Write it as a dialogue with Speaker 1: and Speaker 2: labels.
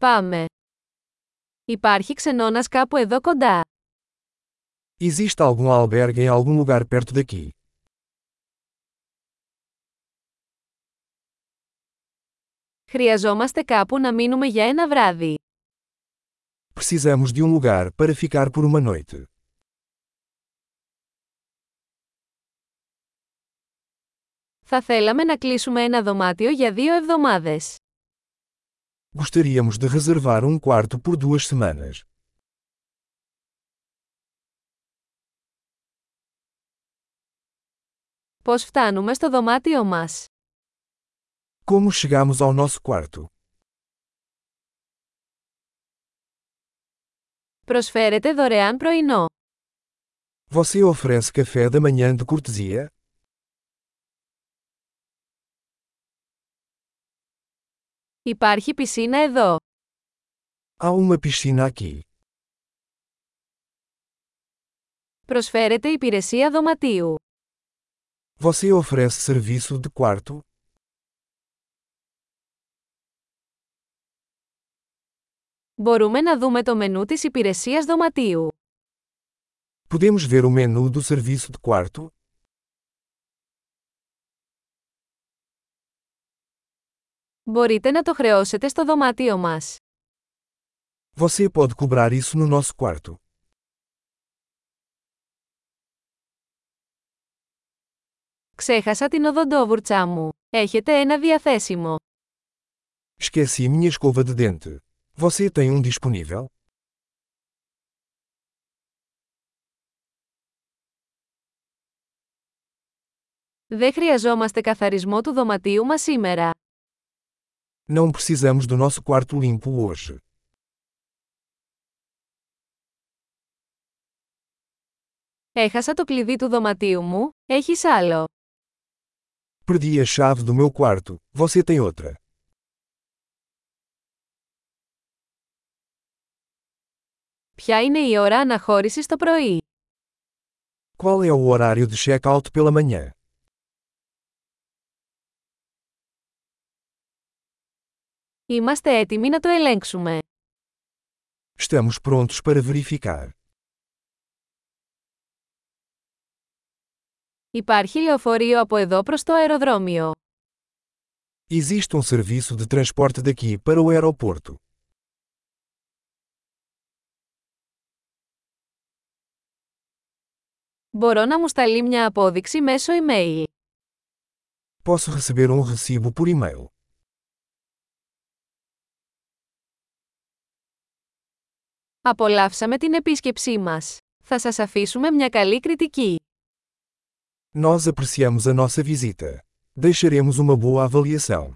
Speaker 1: Πάμε. Υπάρχει ξενώνας κάπου εδώ κοντά.
Speaker 2: Existe algum albergue em algum lugar perto daqui?
Speaker 1: Χρειαζόμαστε κάπου να μείνουμε για ένα βράδυ.
Speaker 2: Precisamos de um lugar para ficar por uma noite.
Speaker 1: Θα θέλαμε να κλείσουμε ένα δωμάτιο για δύο εβδομάδες.
Speaker 2: Gostaríamos de reservar um quarto por duas semanas.
Speaker 1: Πώς φτάνουμε στο δωμάτιο μας.
Speaker 2: Como chegamos ao nosso quarto?
Speaker 1: Προσφέρετε δωρεάν πρωινό.
Speaker 2: Você oferece café da manhã de cortesia?
Speaker 1: Υπάρχει πισίνα εδώ.
Speaker 2: Há uma piscina aqui.
Speaker 1: Προσφέρετε υπηρεσία δωματίου.
Speaker 2: Você oferece serviço de quarto?
Speaker 1: Μπορούμε να δούμε το μενού της υπηρεσίας δωματίου.
Speaker 2: Podemos ver o menu do serviço de quarto?
Speaker 1: Μπορείτε να το χρεώσετε στο δωμάτιο μας.
Speaker 2: Você pode cobrar isso no nosso quarto.
Speaker 1: Ξέχασα την οδοντόβουρτσά μου. Έχετε ένα διαθέσιμο.
Speaker 2: Esqueci minha escova de dente. Você tem um disponível?
Speaker 1: Δεν χρειαζόμαστε καθαρισμό του δωματίου μας σήμερα.
Speaker 2: Não precisamos do nosso quarto limpo hoje.
Speaker 1: Έχασα το κλειδί του δωματίου μου, έχεις άλλο.
Speaker 2: Perdi a chave do meu quarto. Você tem outra?
Speaker 1: Ποια είναι η ώρα αναχώρησης το πρωί.
Speaker 2: Qual é o horário de check-out pela manhã?
Speaker 1: Είμαστε έτοιμοι να το ελέγξουμε.
Speaker 2: Estamos prontos para verificar.
Speaker 1: Υπάρχει λεωφορείο από εδώ προς το αεροδρόμιο.
Speaker 2: Existe um serviço de transporte daqui para o aeroporto.
Speaker 1: Μπορώ να μου σταλεί μια απόδειξη μέσω email.
Speaker 2: Posso receber um recibo por e-mail.
Speaker 1: Απολαύσαμε την επίσκεψή μας. Θα σας αφήσουμε μια καλή κριτική.
Speaker 2: Nós apreciamos a nossa visita. Deixaremos uma boa avaliação.